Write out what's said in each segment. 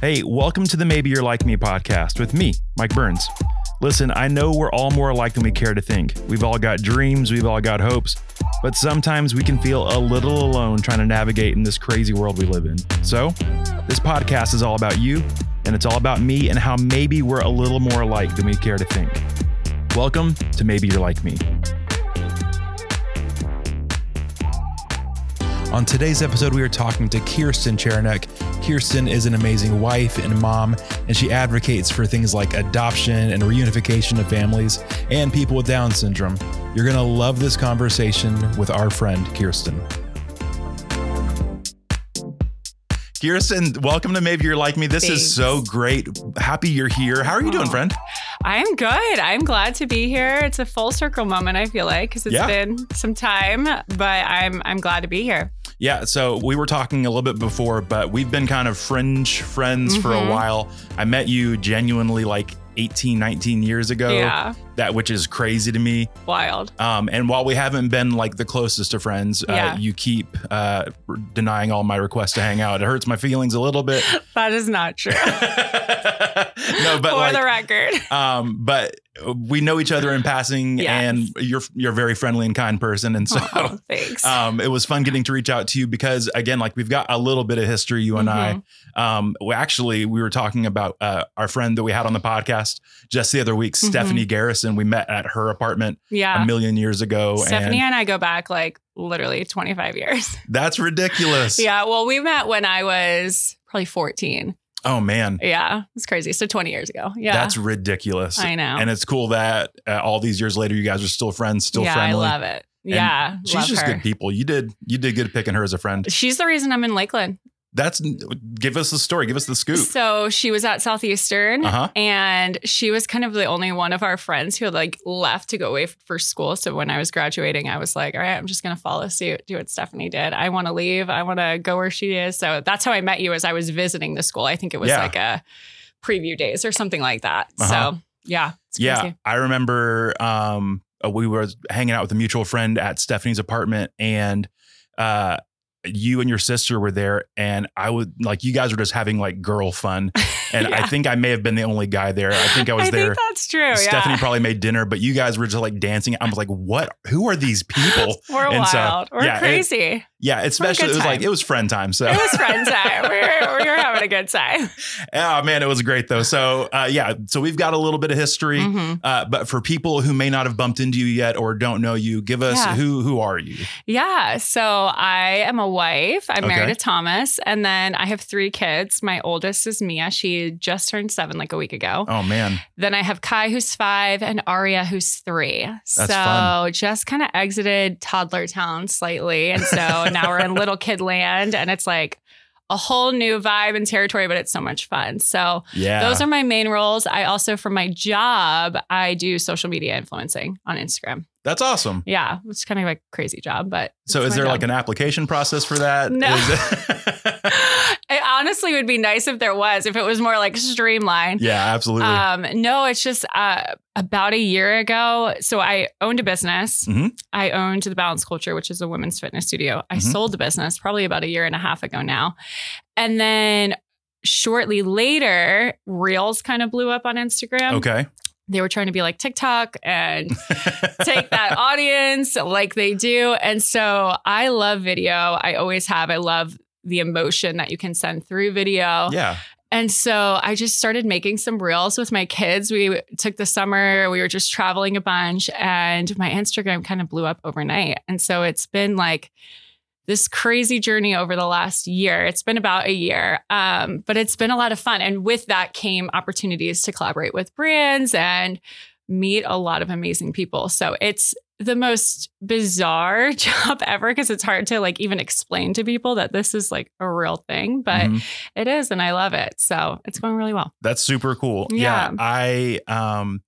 Hey, welcome to the Maybe You're Like Me podcast with me, Mike Burns. Listen, I know we're all more alike than we care to think. We've all got dreams, we've all got hopes, but sometimes we can feel a little alone trying to navigate in this crazy world we live in. So, this podcast is all about you, and it's all about me and how maybe we're a little more alike than we care to think. Welcome to Maybe You're Like Me. On today's episode, we are talking to Kirsten Chernik. Kirsten is an amazing wife and mom, and she advocates for things like adoption and reunification of families and people with Down syndrome. You're going to love this conversation with our friend, Kirsten. Kirsten, welcome to Maybe You're Like Me. This Thanks. is so great. Happy you're here. How are you doing, Aw. friend? I'm good. I'm glad to be here. It's a full circle moment, I feel like, because it's Yeah. been some time, but I'm I'm glad to be here. Yeah, so we were talking a little bit before, but we've been kind of fringe friends for a Mhm. while. I met you genuinely like 18, 19 years ago, Yeah, that which is crazy to me. wild. Um, and while we haven't been like the closest of friends, Yeah. uh, you keep uh, r- denying all my requests to hang out. It hurts my feelings a little bit. That is not true. no, but For like, the record, um, but we know each other in passing, Yes. and you're you're a very friendly and kind person, and so. Aw, thanks. Um, it was fun getting to reach out to you because again, like we've got a little bit of history, you and Mm-hmm. I. Um, well, actually, we were talking about uh, our friend that we had on the podcast just the other week, Mhm. Stephanie Garrison. We met at her apartment a yeah, million years ago, Stephanie and and I go back like literally 25 years. that's ridiculous. yeah, well, we met when I was probably 14. Oh man, Yeah, it's crazy. So 20 years ago. Yeah, that's ridiculous. I know. And it's cool that uh, all these years later, you guys are still friends, still yeah, friendly. I love it. Yeah, She's love just her. good people. You did you did good picking her as a friend. She's the reason I'm in Lakeland. That's give us the story, give us the scoop. So she was at Southeastern. Uh huh. and she was kind of the only one of our friends who had like left to go away for school. So when I was graduating, I was like, all right, I'm just gonna follow suit, do what Stephanie did. I want to leave. I want to go where she is. So that's how I met you. As I was visiting the school, I think it was Yeah. like a preview days or something like that. Uh-huh. So yeah, it's Yeah, crazy. I remember um, uh, we were hanging out with a mutual friend at Stephanie's apartment, and uh, you and your sister were there, and I would like you guys were just having like girl fun, and I Yeah. think I may have been the only guy there. I think I was I there. think that's true. Stephanie yeah, probably made dinner, but you guys were just like dancing. I was like, "What? Who are these people?" we're and so, wild. we're yeah, it- crazy. It, Yeah, especially it was like time. it was friend time. So was friend time. we, were, we were having a good time. oh man, it was great though. So uh, yeah, so we've got a little bit of history. Mhm. Uh, but for people who may not have bumped into you yet or don't know you, give us Yeah. who who are you? Yeah. So I am a wife. I'm married Okay. to Thomas. And then I have three kids. My oldest is Mia. She just turned seven like a week ago. Oh man, Then I have Kai, who's five, and Aria, who's three. so fun. just kind of exited toddler town slightly. And so now we're in little kid land. And it's like, a whole new vibe and territory, but it's so much fun. So, yeah, those are my main roles. I also, for my job, I do social media influencing on Instagram. that's awesome. Yeah, it's kind of a crazy job, but So is it's my there job. like an application process for that? No. Is it- it honestly would be nice if there was, if it was more like streamlined. yeah, absolutely. Um, no, it's just uh, about a year ago. So I owned a business. Mhm. I owned the Balance Culture, which is a women's fitness studio. I Mhm. sold the business probably about a year and a half ago now. And then shortly later, Reels kind of blew up on Instagram. okay. They were trying to be like TikTok and take that audience like they do. And so I love video. I always have. I love the emotion that you can send through video. yeah. And so I just started making some reels with my kids. We took the summer, we were just traveling a bunch, and my Instagram kind of blew up overnight. And so it's been like, this crazy journey over the last year. It's been about a year, um, but it's been a lot of fun. And with that came opportunities to collaborate with brands and meet a lot of amazing people. So it's the most bizarre job ever because it's hard to like even explain to people that this is like a real thing, but Mhm. it is, and I love it. So it's going really well. That's super cool. Yeah. I um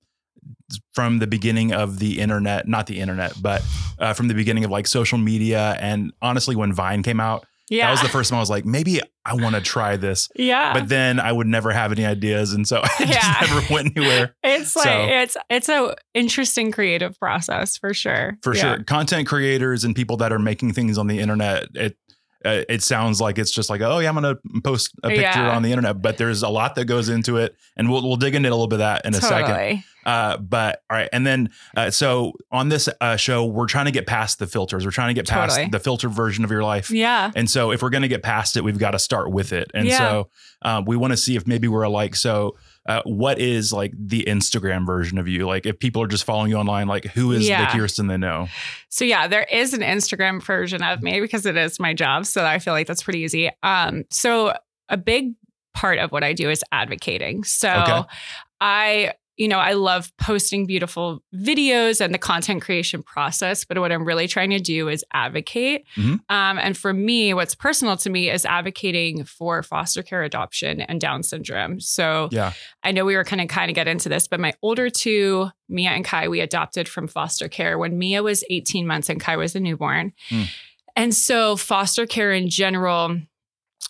from the beginning of the internet, not the internet, but uh, from the beginning of like social media and honestly when Vine came out, Yeah. that was the first time I was like, maybe I want to try this. yeah. But then I would never have any ideas and so I Yeah. just never went anywhere. it's like so- it's it's a interesting creative process for sure. for Yeah. sure content creators and people that are making things on the internet it uh, it sounds like it's just like, oh yeah, I'm gonna post a picture Yeah. on the internet, but there's a lot that goes into it, and we'll we'll dig into a little bit of that in a second. Totally. Uh, but all right, and then uh, so on this uh, show, we're trying to get past the filters. We're trying to get past Totally. the filtered version of your life. Yeah. And so, if we're going to get past it, we've got to start with it. And Yeah. so, uh, we want to see if maybe we're alike. So, uh, what is like the Instagram version of you? Like, if people are just following you online, like who is Yeah. the Kirsten they know? So yeah, there is an Instagram version of me because it is my job. So I feel like that's pretty easy. Um, so a big part of what I do is advocating. So Okay. I, you know, I love posting beautiful videos and the content creation process, but what I'm really trying to do is advocate. Mhm. Um, and for me, what's personal to me is advocating for foster care adoption and Down syndrome. So Yeah. I know we were kind of kind of get into this, but my older two, Mia and Kai, we adopted from foster care when Mia was 18 months and Kai was a newborn. Hmm. And so foster care in general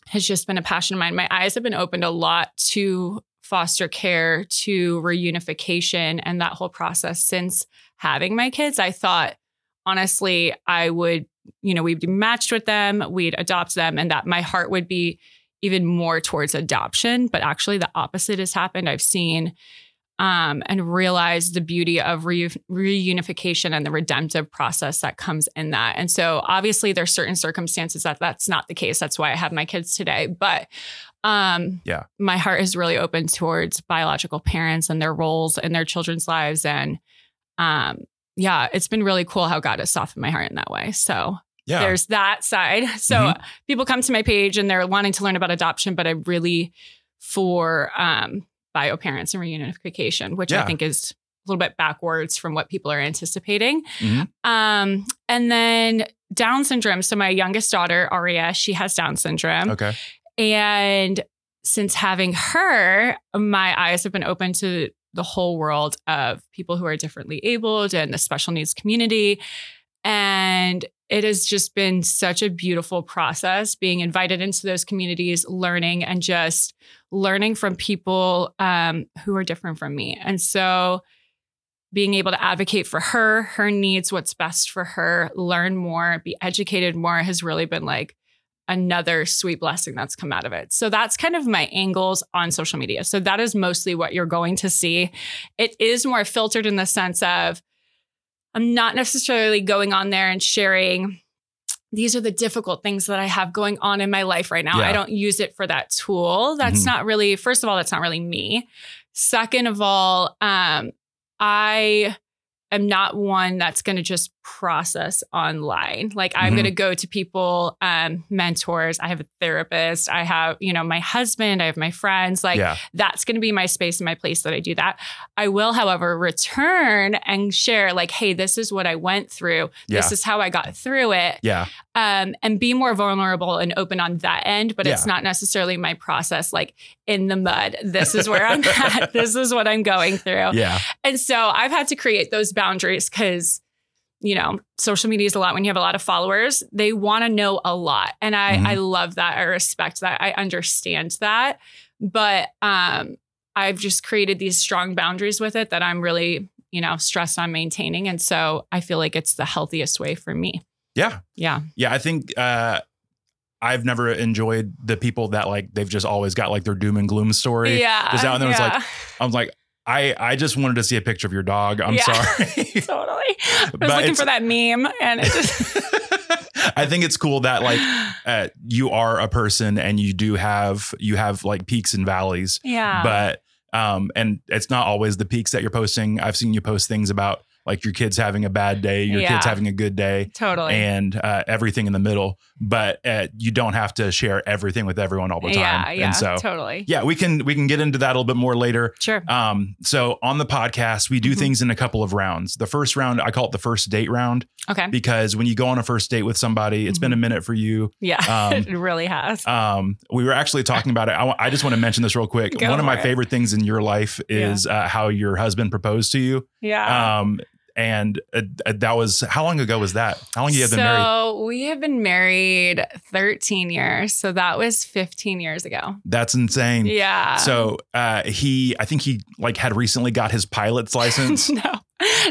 has just been a passion of mine. My eyes have been opened a lot to foster care, to reunification and that whole process since having my kids. I thought honestly, I would, you know, we'd be matched with them, we'd adopt them and that my heart would be even more towards adoption, but actually the opposite has happened. I've seen um, and realized the beauty of reu- reunification and the redemptive process that comes in that. And so obviously there's certain circumstances that that's not the case. That's why I have my kids today. But um, Yeah. my heart is really open towards biological parents and their roles in their children's lives. And um, yeah, it's been really cool how God has softened my heart in that way. So Yeah. there's that side. So Mhm. people come to my page and they're wanting to learn about adoption, but I'm really for um, bio parents and reunification, which Yeah. I think is a little bit backwards from what people are anticipating. Mhm. Um, and then Down syndrome. So my youngest daughter, Aria, she has Down syndrome. okay. And since having her, my eyes have been open to the whole world of people who are differently abled and the special needs community. And it has just been such a beautiful process being invited into those communities, learning and just learning from people um, who are different from me. And so being able to advocate for her, her needs, what's best for her, learn more, be educated more has really been like another sweet blessing that's come out of it. So that's kind of my angles on social media. So that is mostly what you're going to see. It is more filtered in the sense of I'm not necessarily going on there and sharing these are the difficult things that I have going on in my life right now. Yeah. I don't use it for that tool. That's Mhm. not really first of all that's not really me. Second of all, um I am not one that's going to just process online. Like I'm Mhm. going to go to people, um, mentors. I have a therapist. I have, you know, my husband. I have my friends. Like yeah. that's going to be my space and my place that I do that. I will, however, return and share like, hey, this is what I went through. Yeah. This is how I got through it. yeah. Um, and be more vulnerable and open on that end. But it's not necessarily my process. Like in the mud. This is where I'm at. This is what I'm going through. Yeah. And so I've had to create those boundaries because, you know, social media is a lot when you have a lot of followers, they want to know a lot. And I, Mhm. I love that. I respect that. I understand that. But um, I've just created these strong boundaries with it that I'm really, you know, stressed on maintaining. And so I feel like it's the healthiest way for me. Yeah. Yeah. Yeah, I think uh, I've never enjoyed the people that like they've just always got like their doom and gloom story. Yeah. Just out there, it's like, yeah. I'm like, I I just wanted to see a picture of your dog. I'm Yeah. sorry. totally. I But was looking it's- for that meme and it just I think it's cool that like uh, you are a person and you do have you have like peaks and valleys, yeah. but um and it's not always the peaks that you're posting. I've seen you post things about like your kids having a bad day, your Yeah. kids having a good day totally. and uh, everything in the middle. But uh, you don't have to share everything with everyone all the time. Yeah. Yeah. and so totally. yeah, we can we can get into that a little bit more later. Sure. Um, so on the podcast, we do Mhm. things in a couple of rounds. The first round, I call it the first date round Okay. Mm-hmm. because when you go on a first date with somebody, it's been a minute for you. Yeah. Um, it really has. Um, we were actually talking about it. I wa- I just want to mention this real quick. Go One of for my it. favorite things in your life is uh, how your husband proposed to you. Yeah. Um, and uh, uh, that was how long ago was that? How long have you have so been married? we have been married 13 years. So that was 15 years ago. That's insane. Yeah. Mm. So uh, he, I think he like had recently got his pilot's license. no,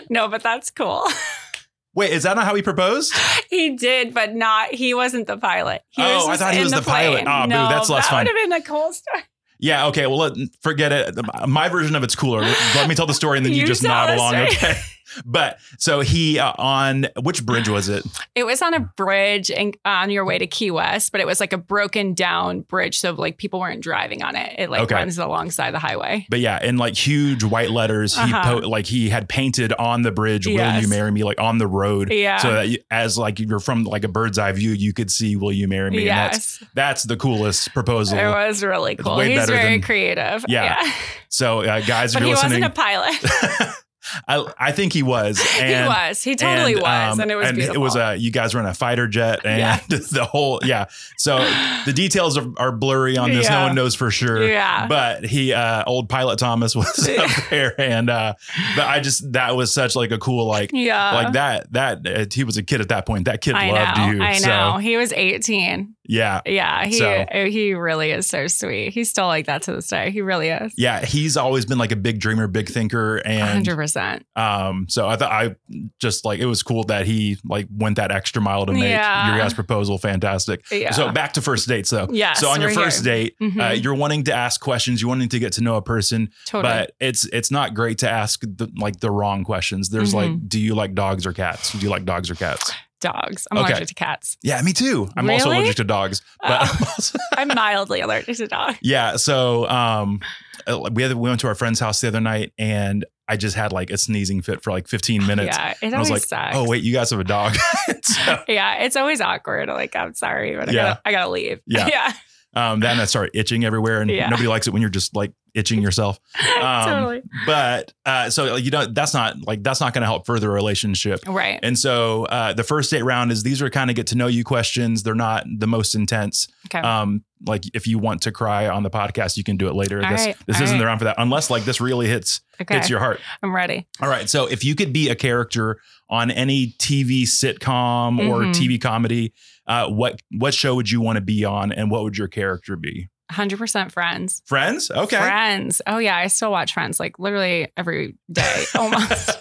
no, but that's cool. Wait, is that not how he proposed? He did, but not. He wasn't the pilot. He Oh, I just thought he in was the pilot. plane. Ah, boo, no, that's less that fun. would have been a cool story. Yeah, okay. Well, let, forget it. My version of it's cooler. Let me tell the story and then you, You just tell nod the along. story. Okay. But so he uh, on which bridge was it? It was on a Hmm. bridge in, on your way to Key West, but it was like a broken down bridge, so like people weren't driving on it. It like Okay. runs alongside the highway. But yeah, in like huge white letters, Uh-huh. he po- like he had painted on the bridge, "Will Yes. you marry me?" Like on the road, Yeah. so that you, as like you're from like a bird's eye view, you could see "Will you marry me?" And that's yes, that's the coolest proposal. it was really It's cool. way He's better very than- creative. Yeah. So uh, guys, but if he you're wasn't listening, a pilot. I I think he was. And, he was. He totally and, was, um, and it was beautiful. It was a you guys were in a fighter jet, and the whole yeah. So the details are, are blurry on this. No Yeah. one knows for sure. yeah. But he, uh, old pilot Thomas was Yeah. up there, and uh, but I just that was such like a cool like yeah. like that that uh, he was a kid at that point. That kid I loved know. you. I so know. He was 18. yeah, Yeah, he So- uh, he really is so sweet. He's still like that to this day. He really is. yeah. He's always been like a big dreamer, big thinker, and Hundred percent. Um, so I thought I just like it was cool that he like went that extra mile to make Yeah. your guys' proposal fantastic. Yeah. So back to first dates though. Yes, so on your we're first here. date, uh, Mhm. you're wanting to ask questions, you're wanting to get to know a person, totally. but it's it's not great to ask the, like the wrong questions. There's Mm-hmm. like, do you like dogs or cats? Do you like dogs or cats? Dogs. I'm Okay. allergic to cats. Yeah, me too. I'm also Really? allergic to dogs, but Oh. I'm also, I'm mildly allergic to dogs. yeah. So um, uh, we had, we went to our friend's house the other night, and I just had like a sneezing fit for like 15 minutes. Yeah, it I was always like, sucks. Oh wait, you guys have a dog. so, Yeah, it's always awkward. Like, I'm sorry, but Yeah. I gotta I gotta leave. Yeah. yeah. um, then I started itching everywhere, and Yeah. nobody likes it when you're just like itching yourself. Um, totally. But uh, so like, you know, that's not like that's not going to help further a relationship. Right. And so uh, the first date round is these are kind of get to know you questions. They're not the most intense. Okay. Um, like if you want to cry on the podcast, you can do it later. All this right, this all isn't the right. round for that, unless like this really hits okay. hits your heart. I'm ready. All right. So if you could be a character on any TV sitcom or Mhm. TV comedy, uh, what what show would you want to be on, and what would your character be? Hundred percent friends. Friends. Okay. Friends. Oh yeah, I still watch Friends like literally every day almost.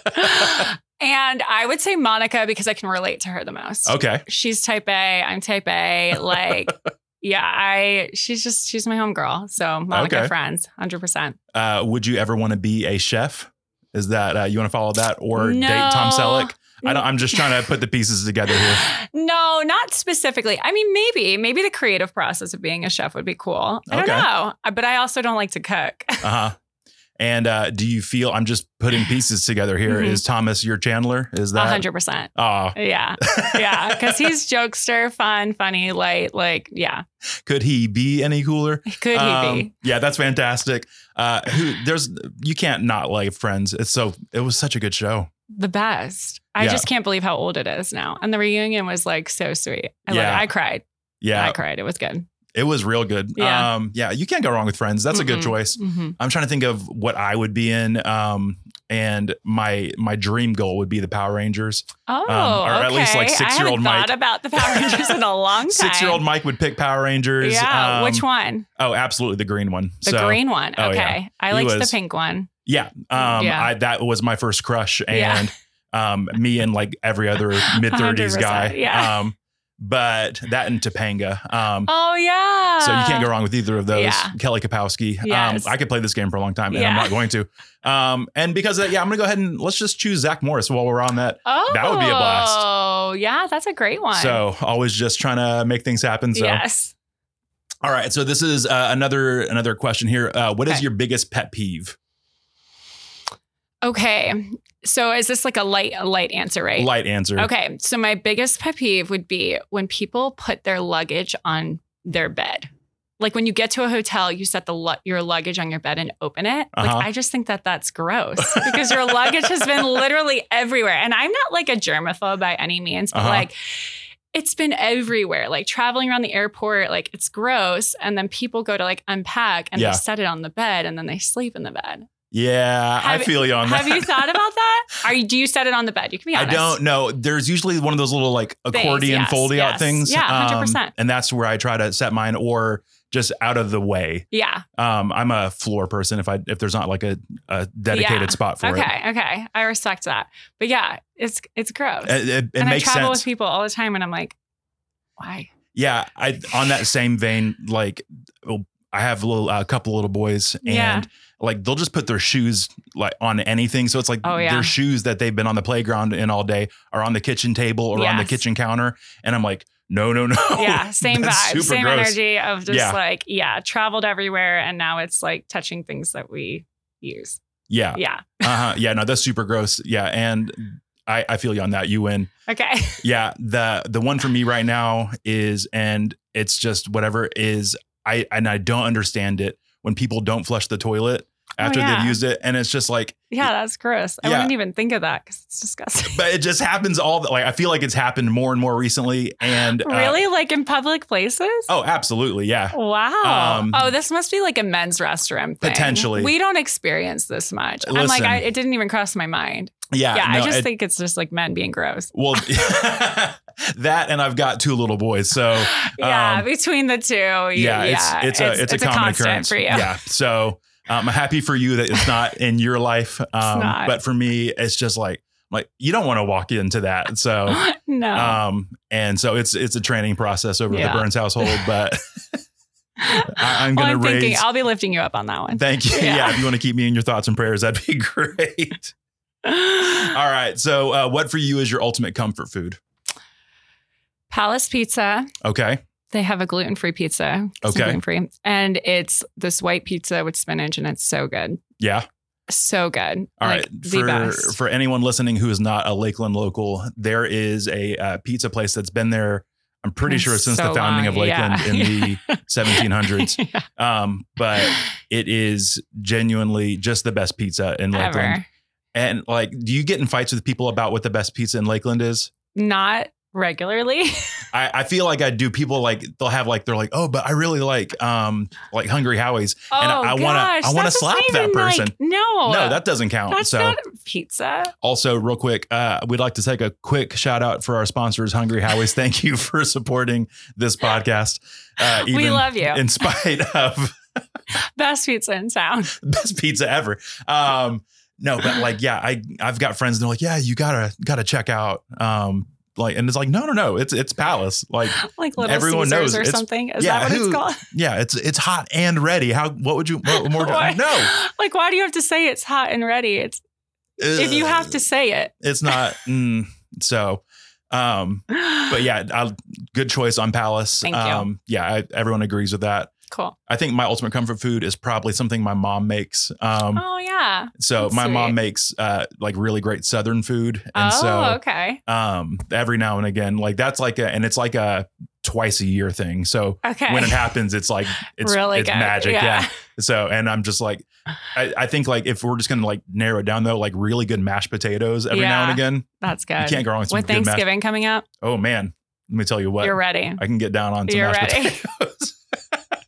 and I would say Monica because I can relate to her the most. Okay. she's type A, I'm type A. Like, yeah, I she's just she's my homegirl. So Monica Okay. friends, hundred percent. Uh, would you ever want to be a chef? Is that uh, you want to follow that or date Tom Selleck? I don't, I'm just trying to put the pieces together here. No, not specifically. I mean, maybe maybe the creative process of being a chef would be cool. I Okay. don't know, Uh, but I also don't like to cook. Uh huh. And uh, do you feel I'm just putting pieces together here? Is Mhm. Thomas your Chandler? Is that? hundred percent. Ah, Yeah, yeah, because he's jokester, fun, funny, light. Like, yeah, could he be any cooler? could he Um, be? Yeah, that's fantastic. Uh, who there's you can't not like Friends. It's so it was such a good show. the best. I Yeah. just can't believe how old it is now. And the reunion was like so sweet. I, yeah. Yeah. I cried. Yeah, I cried. It was good. it was real good. Yeah. Um, yeah, you can't go wrong with Friends. That's a good Mm-mm. choice. Mm-hmm. I'm trying to think of what I would be in. Um, and my my dream goal would be the Power Rangers. Oh, Um, or at least, like, okay. six-year-old I Mike. haven't thought about the Power Rangers in a long time. Six year old Mike would pick Power Rangers. Yeah, Um, which one? Oh, absolutely the green one. The so, green one. Okay, oh, yeah. I He liked was- the pink one. Yeah. Um, Yeah. I, that was my first crush. Yeah. And um, me and like every other mid 30s guy. 100%, yeah. Um, but that and Topanga. Um, Oh yeah. so you can't go wrong with either of those. Uh, Yeah. Kelly Kapowski. Yes. Um, I could play this game for a long time, and I'm Yeah. not going to. Um, and because of that, yeah, I'm gonna go ahead and let's just choose Zach Morris while we're on that. Oh, That would be a blast. Oh yeah, that's a great one. So always just trying to make things happen. So yes. all right, so this is uh, another another question here. Uh, what is Okay. your biggest pet peeve? Okay. So is this like a light a light answer, right? Light answer. Okay. So my biggest pet peeve would be when people put their luggage on their bed. Like when you get to a hotel, you set the lu- your luggage on your bed and open it. Like Uh-huh. I just think that that's gross because your luggage has been literally everywhere. And I'm not like a germaphobe by any means, but Uh-huh. like it's been everywhere. Like traveling around the airport, like it's gross. And then people go to like unpack and Yeah. they set it on the bed and then they sleep in the bed. Yeah, I Have- feel you on that. Have you thought about that? Are you, do you set it on the bed? You can be I honest. don't know. There's usually one of those little like Things, accordion yes, foldy out yes. things. um, Yeah, 100%. and that's where I try to set mine. Or just out of the way. Yeah. Um, I'm a floor person. If I if there's not like a, a dedicated Yeah. spot for Okay. it, Okay. I respect that. But yeah, it's it's gross. it, it, it and I makes travel sense. with people all the time, and I'm like, why? Yeah, I on that same vein, like well, I have a little a couple little boys, and Yeah. like they'll just put their shoes like on anything. So it's like Oh, yeah. their shoes that they've been on the playground in all day are on the kitchen table or on the Yes. kitchen counter, and I'm like, no, no, no. yeah. Same Oh, that's vibe. super Same gross. energy of just Yeah. like yeah, traveled everywhere, and now it's like touching things that we use. yeah, Yeah. uh-huh. yeah. No, that's super gross. Yeah, and I I feel you on that. You win. Okay. Yeah, the the one for me right now is, and it's just whatever is. I and I don't understand it when people don't flush the toilet Oh, after yeah. they've used it, and it's just like. Yeah, that's gross. I Yeah. wouldn't even think of that because it's disgusting. but it just happens all the, like I feel like it's happened more and more recently. And uh, really, like in public places? oh, absolutely, yeah. Wow. Um, oh, this must be like a men's restroom. Thing. Potentially. We don't experience this much. I'm like, Listen. I, it didn't even cross my mind. Yeah, Yeah, I no, just it- think it's just like men being gross. well that and I've got two little boys, so Yeah, um, between the two. Yeah, yeah, yeah, it's it's a it's, a, common constant occurrence for you. Yeah, so um, I'm happy for you that it's not in your life, um, not. but for me, it's just like like you don't want to walk into that, so. no. Um and so it's it's a training process over at Yeah. the Burns household, but I- I'm Well, gonna I'm thinking raise- I'll be lifting you up on that one. thank you. Yeah. yeah, if you want to keep me in your thoughts and prayers, that'd be great. Palace All right. So, uh, what for you is your ultimate comfort food? Pizza. Okay. They have a gluten free pizza. Okay. Gluten free. And it's this white pizza with spinach, and it's so good. Yeah. So good. All right. like, The For best. for anyone listening who is not a Lakeland local, there is a uh, pizza place that's been there. I'm pretty It's sure since so the founding of long, yeah. Lakeland in the 1700s. Yeah, Um, but it is genuinely just the best pizza in Lakeland. ever. And like, do you get in fights with people about what the best pizza in Lakeland is? Not regularly. I, I feel like I do. People like they'll have like they're like, oh, but I really like um like Hungry Howie's. Oh, And I wanna- I gosh, wanna that's slap not that even, like- person. no. no, that doesn't count. Oh, uh, that's so not pizza. Also, real quick, uh, we'd like to take a quick shout out for our sponsors, Hungry Highways. Thank you for supporting this podcast. Uh, we love you. in spite of Best pizza in town. best pizza ever. Um, no, but like, yeah, I I've got friends and they're like, yeah, you gotta gotta check out. Um, like, and it's like, no, no, no, it's it's Palace. Like, Like Little Everyone knows Caesars or it's- something. Is yeah, that what who- it's called? yeah, it's it's hot and ready. How? What would you? What more? Why- No. Like, why do you have to say it's hot and ready? It's if you have to say it. it's not. mm, so, um, but yeah, I'll, good choice on Palace. Thank you. Um, yeah, I, everyone agrees with that. cool. I think my ultimate comfort food is probably something my mom makes. Um, Oh yeah. so that's my sweet. mom makes uh, like really great Southern food, and oh so okay. um, every now and again, like that's like a and it's like a twice a year thing. So Okay. when it happens, it's like it's really it's good. magic, yeah. So and I'm just like, I, I think like if we're just gonna like narrow it down though, like really good mashed potatoes every now and Yeah. again, That's good. you can't go wrong with some With good mashed. Thanksgiving coming up, Oh man, let me tell you what, you're ready. I can get down on some You're mashed ready. potatoes.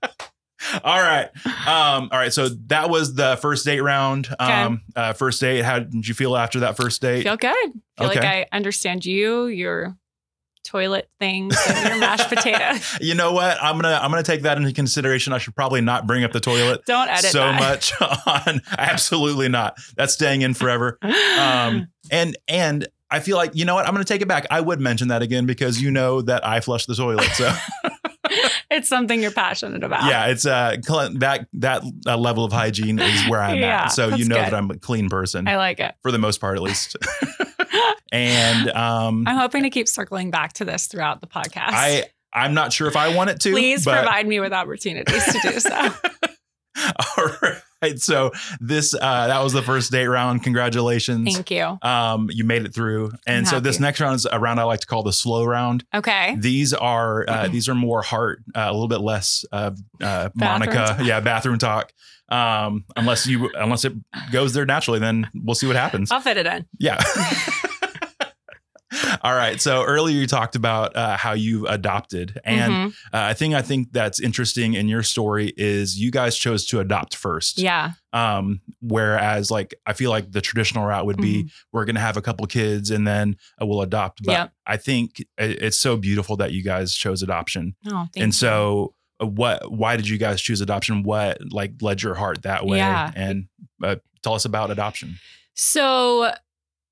all right. Um, all right. So that was the first date round. Um, uh, first date. How did you feel after that first date? Feel good. Feel like Okay. I understand you, your toilet things, and your mashed potatoes. you know what? I'm gonna I'm gonna take that into consideration. I should probably not bring up the toilet Don't edit so that. much on. Absolutely not. That's staying in forever. Um, and and I feel like you know what? I'm gonna take it back. I would mention that again because you know that I flush the toilet. So. it's something you're passionate about. Yeah, it's uh cl- that that uh, level of hygiene is where I'm Yeah, at. So you that's know that good. I'm a clean person I like it. for the most part, at least. and um, I'm hoping to keep circling back to this throughout the podcast. I I'm not sure if I want it to. Please but, provide me with opportunities to do so. All right. So this uh, that was the first date round. Congratulations. Thank you. um, you made it through, and I'm so this happy. next round is a round I like to call the slow round. Okay. Mm-hmm. These are uh, these are more heart, uh, a little bit less uh, uh, Monica, talk. yeah, bathroom talk. Um, unless you unless it goes there naturally, then we'll see what happens. I'll fit it in. Yeah. All right. So earlier you talked about uh, how you adopted, and Mhm. uh, I think I think that's interesting in your story is you guys chose to adopt first. yeah. Um, whereas like I feel like the traditional route would be Mm-hmm. we're going to have a couple kids and then uh, we'll adopt. But Yep. I think i- it's so beautiful that you guys chose adoption, Mhm. Oh, thank and so uh, what why did you guys choose adoption? What like led your heart that way? Yeah. And uh, tell us about adoption. So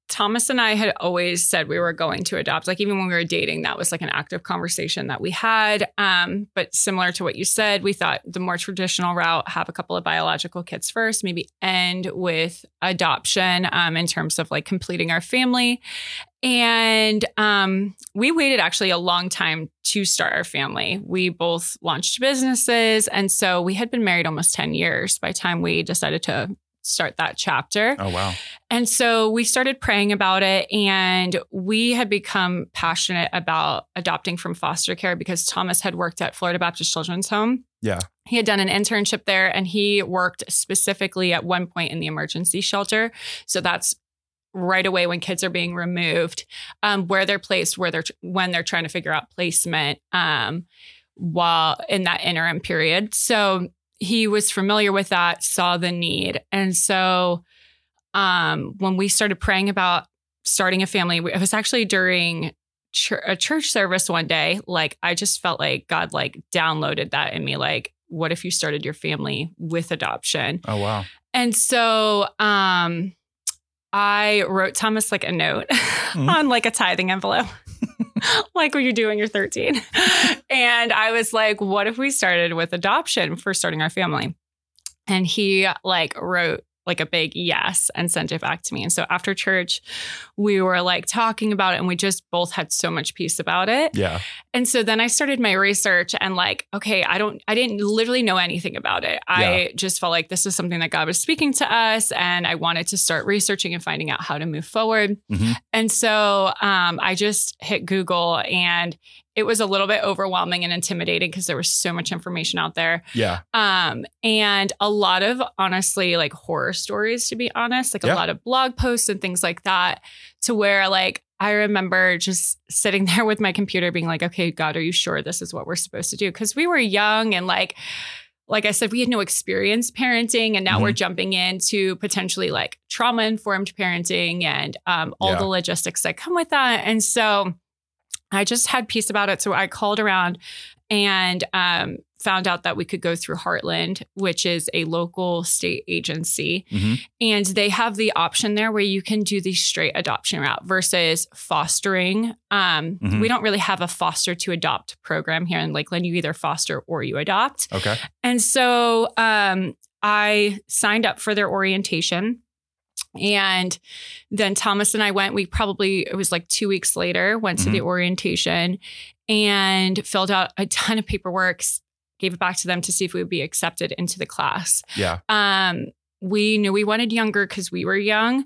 Thomas and I had always said we were going to adopt. Like even when we were dating, that was like an active conversation that we had. Um, but similar to what you said, we thought the more traditional route, have a couple of biological kids first, maybe end with adoption um, in terms of like completing our family. And um, we waited actually a long time to start our family. We both launched businesses. And so we had been married almost 10 years by the time we decided to start that chapter. Oh wow. And so we started praying about it, and we had become passionate about adopting from foster care because Thomas had worked at Florida Baptist Children's Home. Yeah. He had done an internship there and he worked specifically at one point in the emergency shelter. So that's right away when kids are being removed, um, where they're placed, where they're when they're trying to figure out placement um, while in that interim period. So he was familiar with that, saw the need. And so um, when we started praying about starting a family, it was actually during chur- a church service one day. Like I just felt like God like downloaded that in me. Like, what if you started your family with adoption? Oh wow. And so um, I wrote Thomas like a note on like a tithing envelope. like what you do when you're 13. and I was like, what if we started with adoption for starting our family? And he like wrote like a big yes and sent it back to me. And so after church, we were like talking about it and we just both had so much peace about it. Yeah. And so then I started my research and like, okay, I don't, I didn't literally know anything about it. I just felt like this is something that God was speaking to us. And I wanted to start researching and finding out how to move forward. Mhm. And so um, I just hit Google and it was a little bit overwhelming and intimidating because there was so much information out there. Yeah. Um, and a lot of honestly, like horror stories, to be honest, like Yeah. a lot of blog posts and things like that, to where like I remember just sitting there with my computer being like, okay, God, are you sure this is what we're supposed to do? Because we were young and like, like I said, we had no experience parenting, and now we're Mm-hmm. jumping into potentially like trauma informed parenting and um, all Yeah. the logistics that come with that. And so I just had peace about it. So I called around and um, found out that we could go through Heartland, which is a local state agency. Mhm. And they have the option there where you can do the straight adoption route versus fostering. Um, Mhm. We don't really have a foster to adopt program here in Lakeland. You either foster or you adopt. Okay. And so um, I signed up for their orientation. And then Thomas and I went. We probably, it was like two weeks later, went to the orientation and filled out a ton of paperwork, s- gave it back to them to see if we would be accepted into the class. Yeah. Um, we knew we wanted younger because we were young.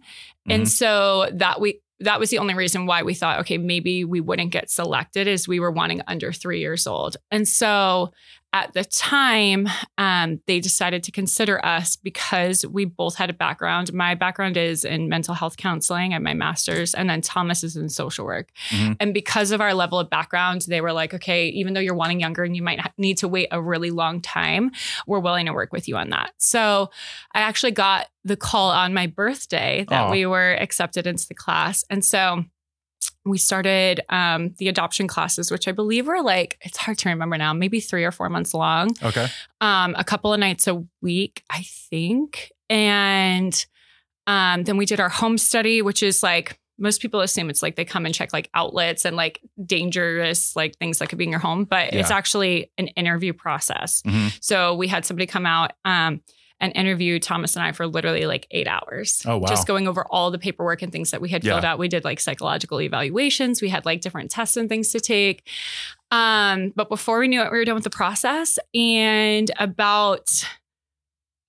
And so that we, that was the only reason why we thought, okay, maybe we wouldn't get selected, is we were wanting under three years old. And so at the time, um, they decided to consider us because we both had a background. My background is in mental health counseling at my master's, and then Thomas is in social work. Mhm. And because of our level of background, they were like, okay, even though you're wanting younger and you might ha- need to wait a really long time, we're willing to work with you on that. So I actually got the call on my birthday that Aw. we were accepted into the class. And so we started um, the adoption classes, which I believe were like, it's hard to remember now, maybe three or four months long, Okay. um, a couple of nights a week, I think. And um, then we did our home study, which is like, most people assume it's like they come and check like outlets and like dangerous like things that could be in your home, but it's Yeah. actually an interview process. Mhm. So we had somebody come out um, and interview Thomas and I for literally like eight hours. Oh, wow. Just going over all the paperwork and things that we had filled out. We did like psychological evaluations. We had like different tests and things to take. Um, but before we knew it, we were done with the process. And about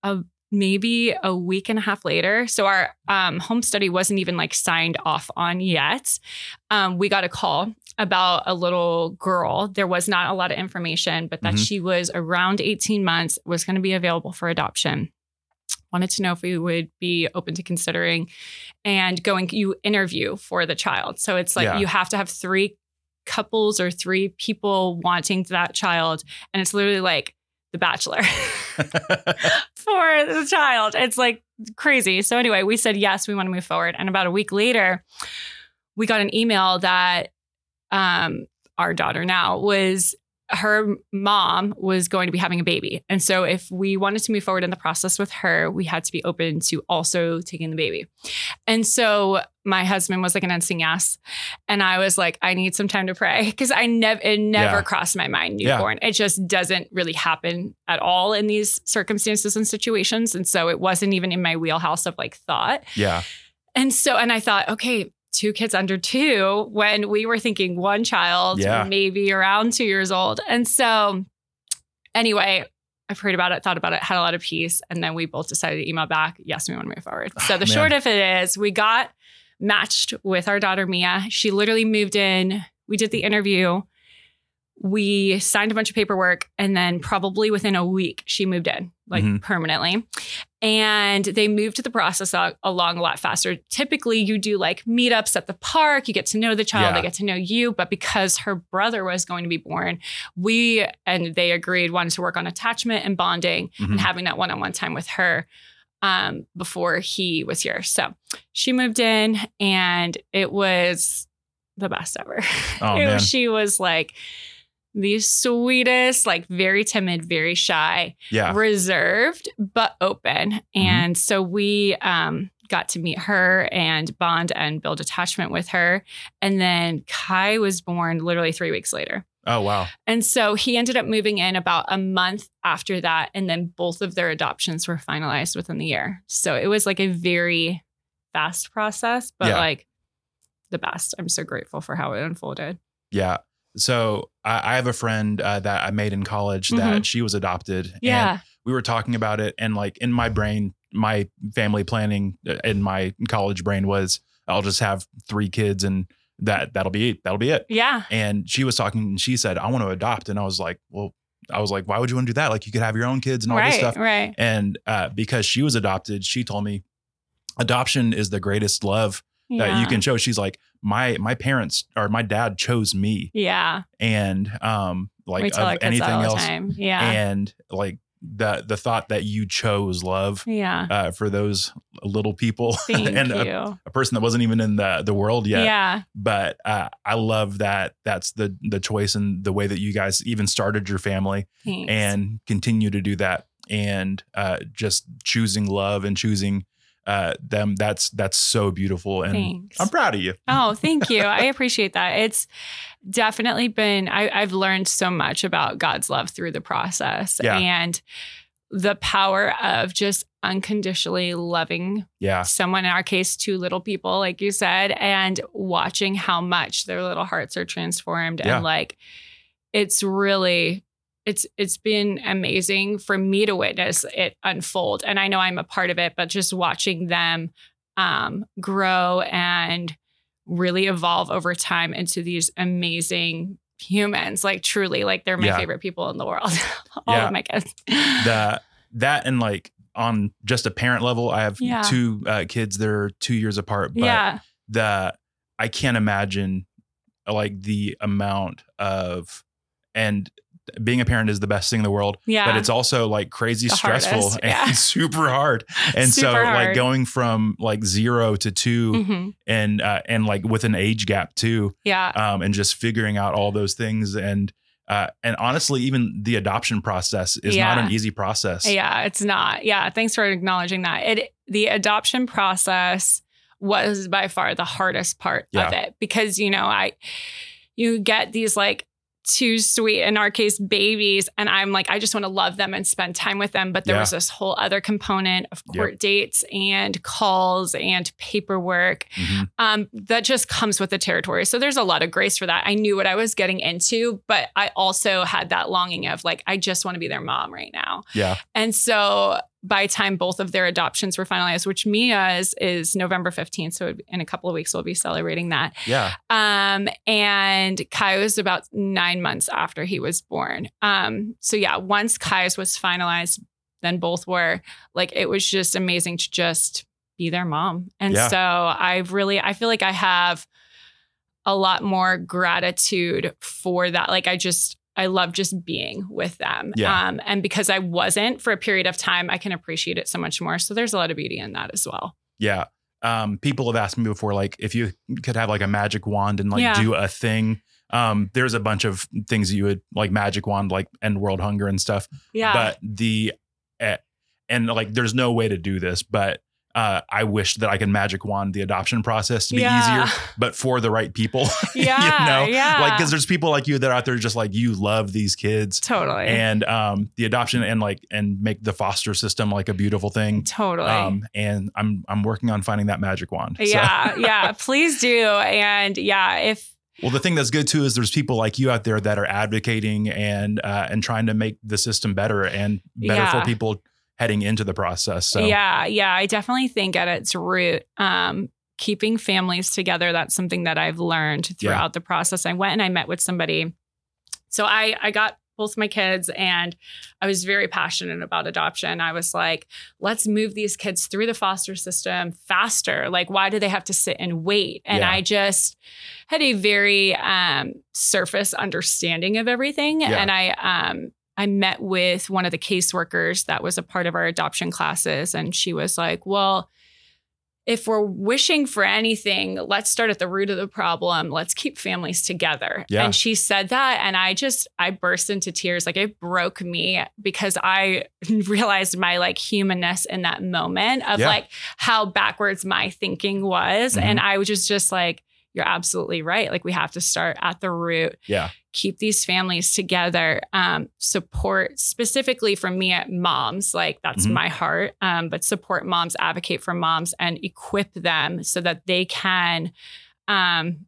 a maybe a week and a half later, so our um, home study wasn't even like signed off on yet. Um, we got a call about a little girl. There was not a lot of information, but that Mhm. she was around 18 months, was going to be available for adoption. Wanted to know if we would be open to considering and going, you interview for the child. So it's like Yeah. you have to have three couples or three people wanting that child. And it's literally like The Bachelor for the child. It's like crazy. So anyway, we said yes, we want to move forward. And about a week later, we got an email that um, our daughter now was her mom was going to be having a baby. And so, if we wanted to move forward in the process with her, we had to be open to also taking the baby. And so, my husband was like an unseen yes. And I was like, I need some time to pray because I never, it never Yeah. crossed my mind Yeah. newborn. It just doesn't really happen at all in these circumstances and situations. And so, it wasn't even in my wheelhouse of like thought. Yeah. And so, and I thought, okay, two kids under two when we were thinking one child, Yeah. maybe around two years old. And so, anyway, I prayed about it, thought about it, had a lot of peace. And then we both decided to email back, yes, we want to move forward. So, the Ah, man. short of it is, we got matched with our daughter, Mia. She literally moved in, we did the interview. We signed a bunch of paperwork and then probably within a week she moved in like Mm-hmm. Mhm. permanently and they moved the process a- along a lot faster. Typically, you do like meetups at the park, you get to know the child, Yeah. they get to know you. But because her brother was going to be born, we and they agreed wanted to work on attachment and bonding Mhm. Mm-hmm. and having that one on one time with her um, before he was here. So she moved in, and it was the best ever. Oh, It- man. she was like the sweetest, like very timid, very shy Yeah. reserved but open Mm-hmm. and so we um got to meet her and bond and build attachment with her and then kai was born literally three weeks later Oh wow. and so he ended up moving in about a month after that and then both of their adoptions were finalized within the year so it was like a very fast process but Yeah. like the best i'm so grateful for how it unfolded Yeah. So I, I have a friend uh, that I made in college that she was adopted. And Mm-hmm. yeah we were talking about it and like in my brain my family planning uh, in my college brain was i'll just have three kids and that that'll be that'll be it yeah and she was talking and she said i want to adopt and i was like well i was like why would you want to do that like you could have your own kids and all this right stuff right and uh, because she was adopted she told me adoption is the greatest love that you Yeah. can show she's like my my parents or my dad chose me yeah and um we like tell our of kids anything that all else the time yeah and like the the thought that you chose love yeah uh, for those little people Thank and uh, you. a, a person that wasn't even in the the world yet. Yeah. But uh, I love that that's the the choice and the way that you guys even started your family Thanks. and continue to do that and uh, just choosing love and choosing uh, them. That's that's so beautiful and thanks. I'm proud of you. oh, thank you. I appreciate that. It's definitely been I, I've learned so much about God's love through the process Yeah. and the power of just unconditionally loving Yeah, someone in our case two little people like you said and watching how much their little hearts are transformed Yeah. and like it's really it's it's been amazing for me to witness it unfold and i know i'm a part of it but just watching them um grow and really evolve over time into these amazing humans like truly like they're my Yeah. favorite people in the world all Yeah. of my kids the that and like on just a parent level, I have Yeah. two uh, kids. They're two years apart, but yeah the I can't imagine like the amount of and being a parent is the best thing in the world, yeah but it's also like crazy The stressful hardest, and yeah. super hard. And so Super like hard. going from like zero to 2 Mhm. and uh, and like with an age gap too, yeah um, and just figuring out all those things and uh, and honestly, even the adoption process is not Yeah. an easy process. Yeah, it's not. Yeah, thanks for acknowledging that. It the adoption process was by far the hardest part of it because you know, I you get these like too sweet in our case babies and I'm like I just want to love them and spend time with them, but there Yeah. was this whole other component of Yep. court dates and calls and paperwork Mhm. um, that just comes with the territory. So there's a lot of grace for that. I knew what I was getting into, but I also had that longing of like, I just want to be their mom right now. Yeah. And so by the time both of their adoptions were finalized, which Mia's is November 15th. So in a couple of weeks, we'll be celebrating that. Yeah. Um, and Kai was about nine months after he was born. Um, so yeah, once Kai's was finalized, then both were like it was just amazing to just be their mom. And Yeah. so I've really I feel like I have a lot more gratitude for that. Like I just I love just being with them. Yeah. Um, and because I wasn't for a period of time, I can appreciate it so much more. So there's a lot of beauty in that as well. Yeah. Um, people have asked me before, like, if you could have like a magic wand and like Yeah. do a thing Um, there's a bunch of things that you would like magic wand, like end world hunger and stuff. Yeah. But the eh, and like there's no way to do this, but uh, I wish that I could magic wand the adoption process to be yeah. easier, but for the right people. Yeah. you know? Yeah. Like, because there's people like you that are out there just like you love these kids totally. and um, the adoption and like and make the foster system like a beautiful thing. totally. Um, and I'm I'm working on finding that magic wand. So- yeah. yeah. Please do. And yeah, if well, the thing that's good too is there's people like you out there that are advocating and uh, and trying to make the system better and better Yeah. for people heading into the process. So Yeah, yeah. I definitely think at its root, um, keeping families together, that's something that I've learned Yeah. throughout the process. I went and I met with somebody. So I I got both my kids and I was very passionate about adoption. I was like, let's move these kids through the foster system faster. Like, why do they have to sit and wait? And Yeah. I just had a very um surface understanding of everything. Yeah. And I um I met with one of the caseworkers that was a part of our adoption classes, and she was like, Well, if we're wishing for anything, let's start at the root of the problem. Let's keep families together. Yeah. And she said that. And I just, I burst into tears. Like it broke me because I realized my like humanness in that moment of Yeah. like how backwards my thinking was. Mhm. And I was just, just like, you're absolutely right. Like we have to start at the root yeah, keep these families together um, support specifically for me at moms like that's Mhm. my heart um, but support moms advocate for moms and equip them so that they can um,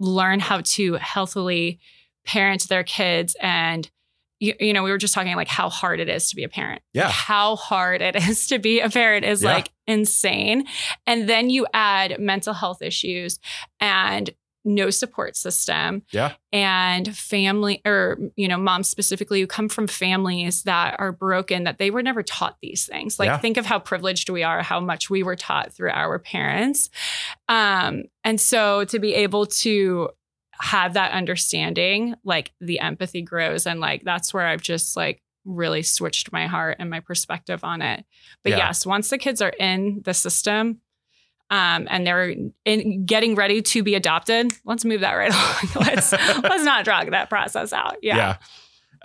learn how to healthily parent their kids and you, you know we were just talking like how hard it is to be a parent Yeah. how hard it is to be a parent is Yeah. like insane and then you add mental health issues and no support system Yeah. and family or you know moms specifically who come from families that are broken that they were never taught these things like Yeah. think of how privileged we are how much we were taught through our parents um and so to be able to have that understanding like the empathy grows and like that's where i've just like really switched my heart and my perspective on it but Yeah. yes once the kids are in the system um, and they're in getting ready to be adopted. Let's move that right along. let's let's not drag that process out. Yeah. yeah.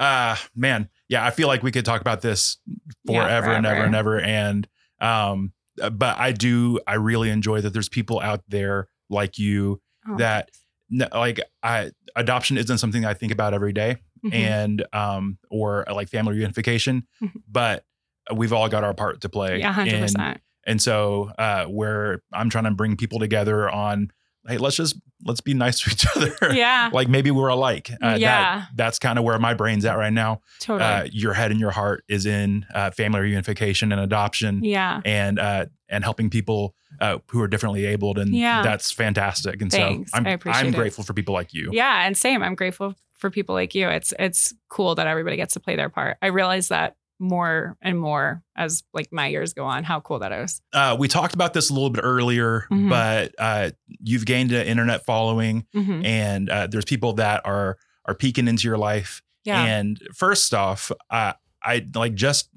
Uh, man, yeah, I feel like we could talk about this Yeah, forever, and ever and ever. And um, uh, but I do, I really enjoy that there's people out there like you Oh. that n- like I adoption isn't something I think about every day. Mhm. and um or uh, like family reunification Mhm. but we've all got our part to play yeah, hundred and, percent. and so uh where i'm trying to bring people together on hey let's just let's be nice to each other Yeah, like maybe we're alike uh, Yeah. that, that's kind of where my brain's at right now totally. uh your head and your heart is in uh, family reunification and adoption yeah. and uh and helping people uh, who are differently abled and Yeah. that's fantastic and Thanks. so i'm I appreciate i'm it. grateful for people like you Yeah, and same. I'm grateful for people like you. It's it's cool that everybody gets to play their part. I realize that more and more as like my years go on. How cool that is. uh, we talked about this a little bit earlier, Mhm. but uh, you've gained an internet following, Mhm. and uh, there's people that are are peeking into your life. Yeah. And first off, uh, I like just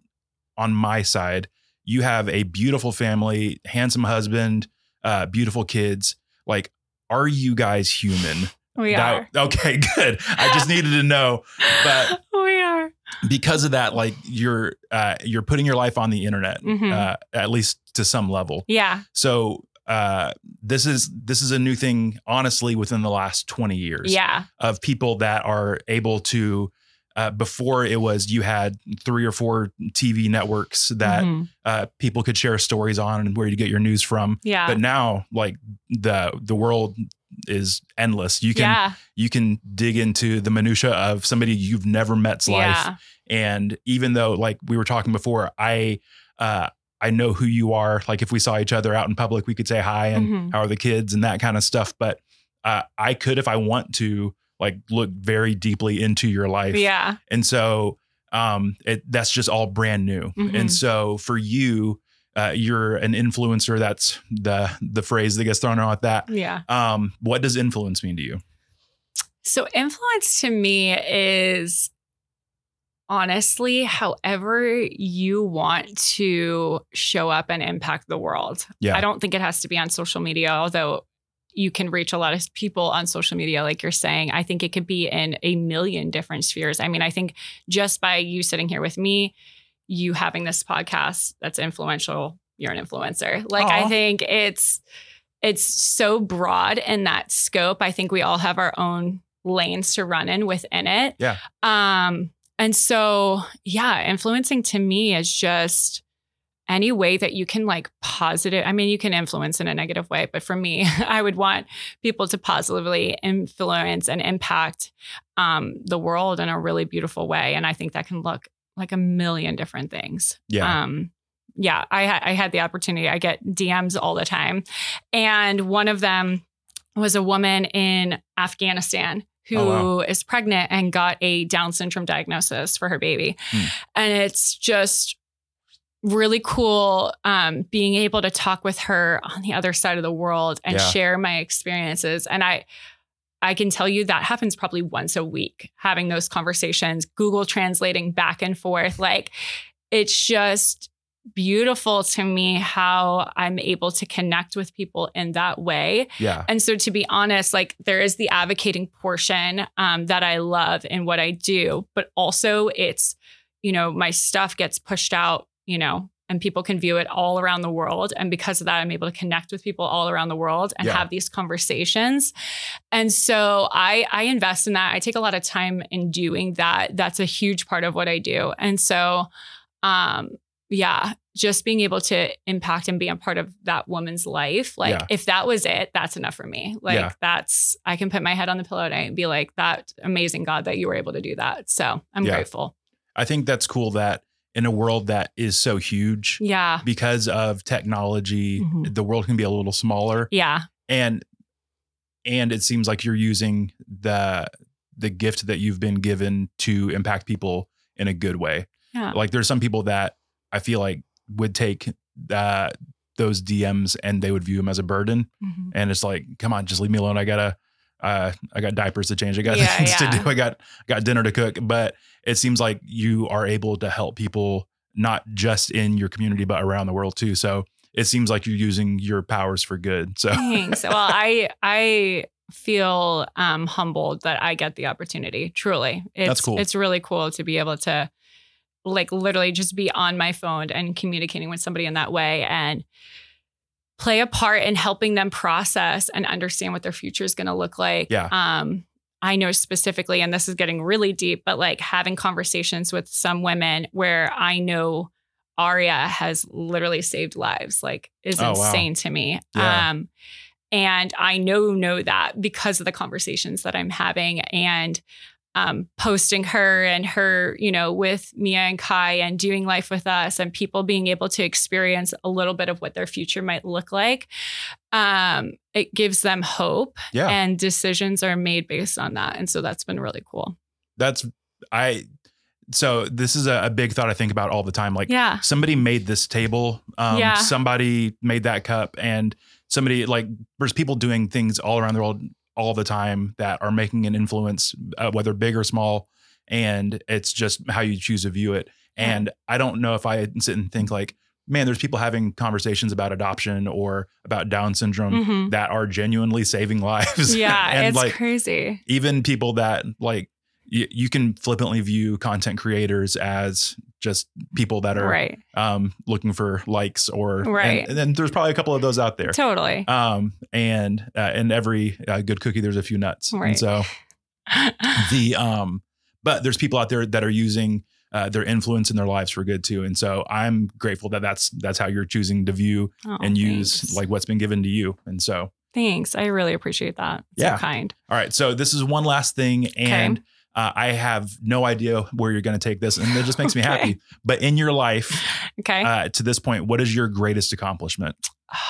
on my side, you have a beautiful family, handsome husband, uh, beautiful kids. Like, are you guys human? we are. That- okay, good. I just needed to know but- we are. because of that. Like, you're uh, you're putting your life on the internet, Mhm. uh, at least to some level. Yeah. So uh, this is this is a new thing, honestly, within the last 20 years Yeah. of people that are able to. Uh, before it was you had three or four TV networks that Mhm. uh, people could share stories on and where you get your news from. Yeah. But now, like the the world is endless. You can yeah. you can dig into the minutia of somebody you've never met's life Yeah. and even though like we were talking before i uh i know who you are like if we saw each other out in public we could say hi and Mhm. how are the kids and that kind of stuff but uh, i could if i want to like look very deeply into your life Yeah. and so um it, that's just all brand new Mhm. and so for you uh, you're an influencer that's the the phrase that gets thrown out that Yeah. um what does influence mean to you So, influence to me is honestly however you want to show up and impact the world. Yeah. I don't think it has to be on social media, although you can reach a lot of people on social media, like you're saying. I think it could be in a million different spheres. I mean, I think just by you sitting here with me, you having this podcast that's influential, you're an influencer. Like Aw. I think it's it's so broad in that scope. I think we all have our own lanes to run in within it. Yeah. Um, and so yeah, influencing to me is just any way that you can like positive i mean you can influence in a negative way but for me i would want people to positively influence and impact um, the world in a really beautiful way and i think that can look like a million different things Yeah. um, yeah I, ha- I had the opportunity i get dms all the time and one of them was a woman in afghanistan who is Oh, wow. pregnant and got a down syndrome diagnosis for her baby Hmm. and it's just really cool um, being able to talk with her on the other side of the world and Yeah. share my experiences and i i can tell you that happens probably once a week having those conversations google translating back and forth like it's just beautiful to me how i'm able to connect with people in that way yeah. and so, to be honest, like there is the advocating portion um, that I love in what I do, but also it's, you know, my stuff gets pushed out, you know, and people can view it all around the world. And because of that, I'm able to connect with people all around the world and Yeah. have these conversations. And so, I I invest in that. I take a lot of time in doing that. That's a huge part of what I do. And so, um, yeah, just being able to impact and be a part of that woman's life. Like Yeah. if that was it, that's enough for me. Like Yeah. that's I can put my head on the pillow at night and be like, that amazing God that you were able to do that. So I'm Yeah. grateful. I think that's cool that in a world that is so huge Yeah. because of technology, Mhm. the world can be a little smaller Yeah. and and it seems like you're using the the gift that you've been given to impact people in a good way. Yeah. Like there's some people that I feel like would take that those DMs and they would view them as a burden Mhm. and it's like come on just leave me alone i gotta uh, i got diapers to change i got Yeah, things yeah. to do i got I got dinner to cook but it seems like you are able to help people not just in your community but around the world too so it seems like you're using your powers for good so Thanks. well, I I feel um, humbled that I get the opportunity. Truly, it's cool. it's really cool to be able to like literally just be on my phone and communicating with somebody in that way and play a part in helping them process and understand what their future is going to look like. Yeah. Um, I know specifically, and this is getting really deep, but like having conversations with some women where I know Aria has literally saved lives, like is Oh, wow. insane to me. Yeah. Um, and I know know that because of the conversations that I'm having and um, posting her and her, you know, with Mia and Kai and doing life with us and people being able to experience a little bit of what their future might look like. Um, it gives them hope Yeah. and decisions are made based on that. And so that's been really cool. that's i so this is a, a big thought i think about all the time like Yeah. somebody made this table um Yeah. somebody made that cup and somebody like there's people doing things all around the world all the time that are making an influence uh, whether big or small and it's just how you choose to view it and i don't know if i sit and think like man there's people having conversations about adoption or about down syndrome Mhm. that are genuinely saving lives Yeah. um, and it's like crazy. even people that like you, you can flippantly view content creators as just people that are Right. um, looking for likes or Right. And, and then there's probably a couple of those out there. Totally. Um, and uh, in every uh, good cookie, there's a few nuts. Right. And so the um, but there's people out there that are using uh, their influence in their lives for good too. And so I'm grateful that that's that's how you're choosing to view Oh, and use thanks. like what's been given to you. And so Thanks. I really appreciate that. Yeah. So kind. All right. So this is one last thing. And uh, I have no idea where you're going to take this. And it just makes me Okay. happy. But in your life Okay. uh, to this point, what is your greatest accomplishment?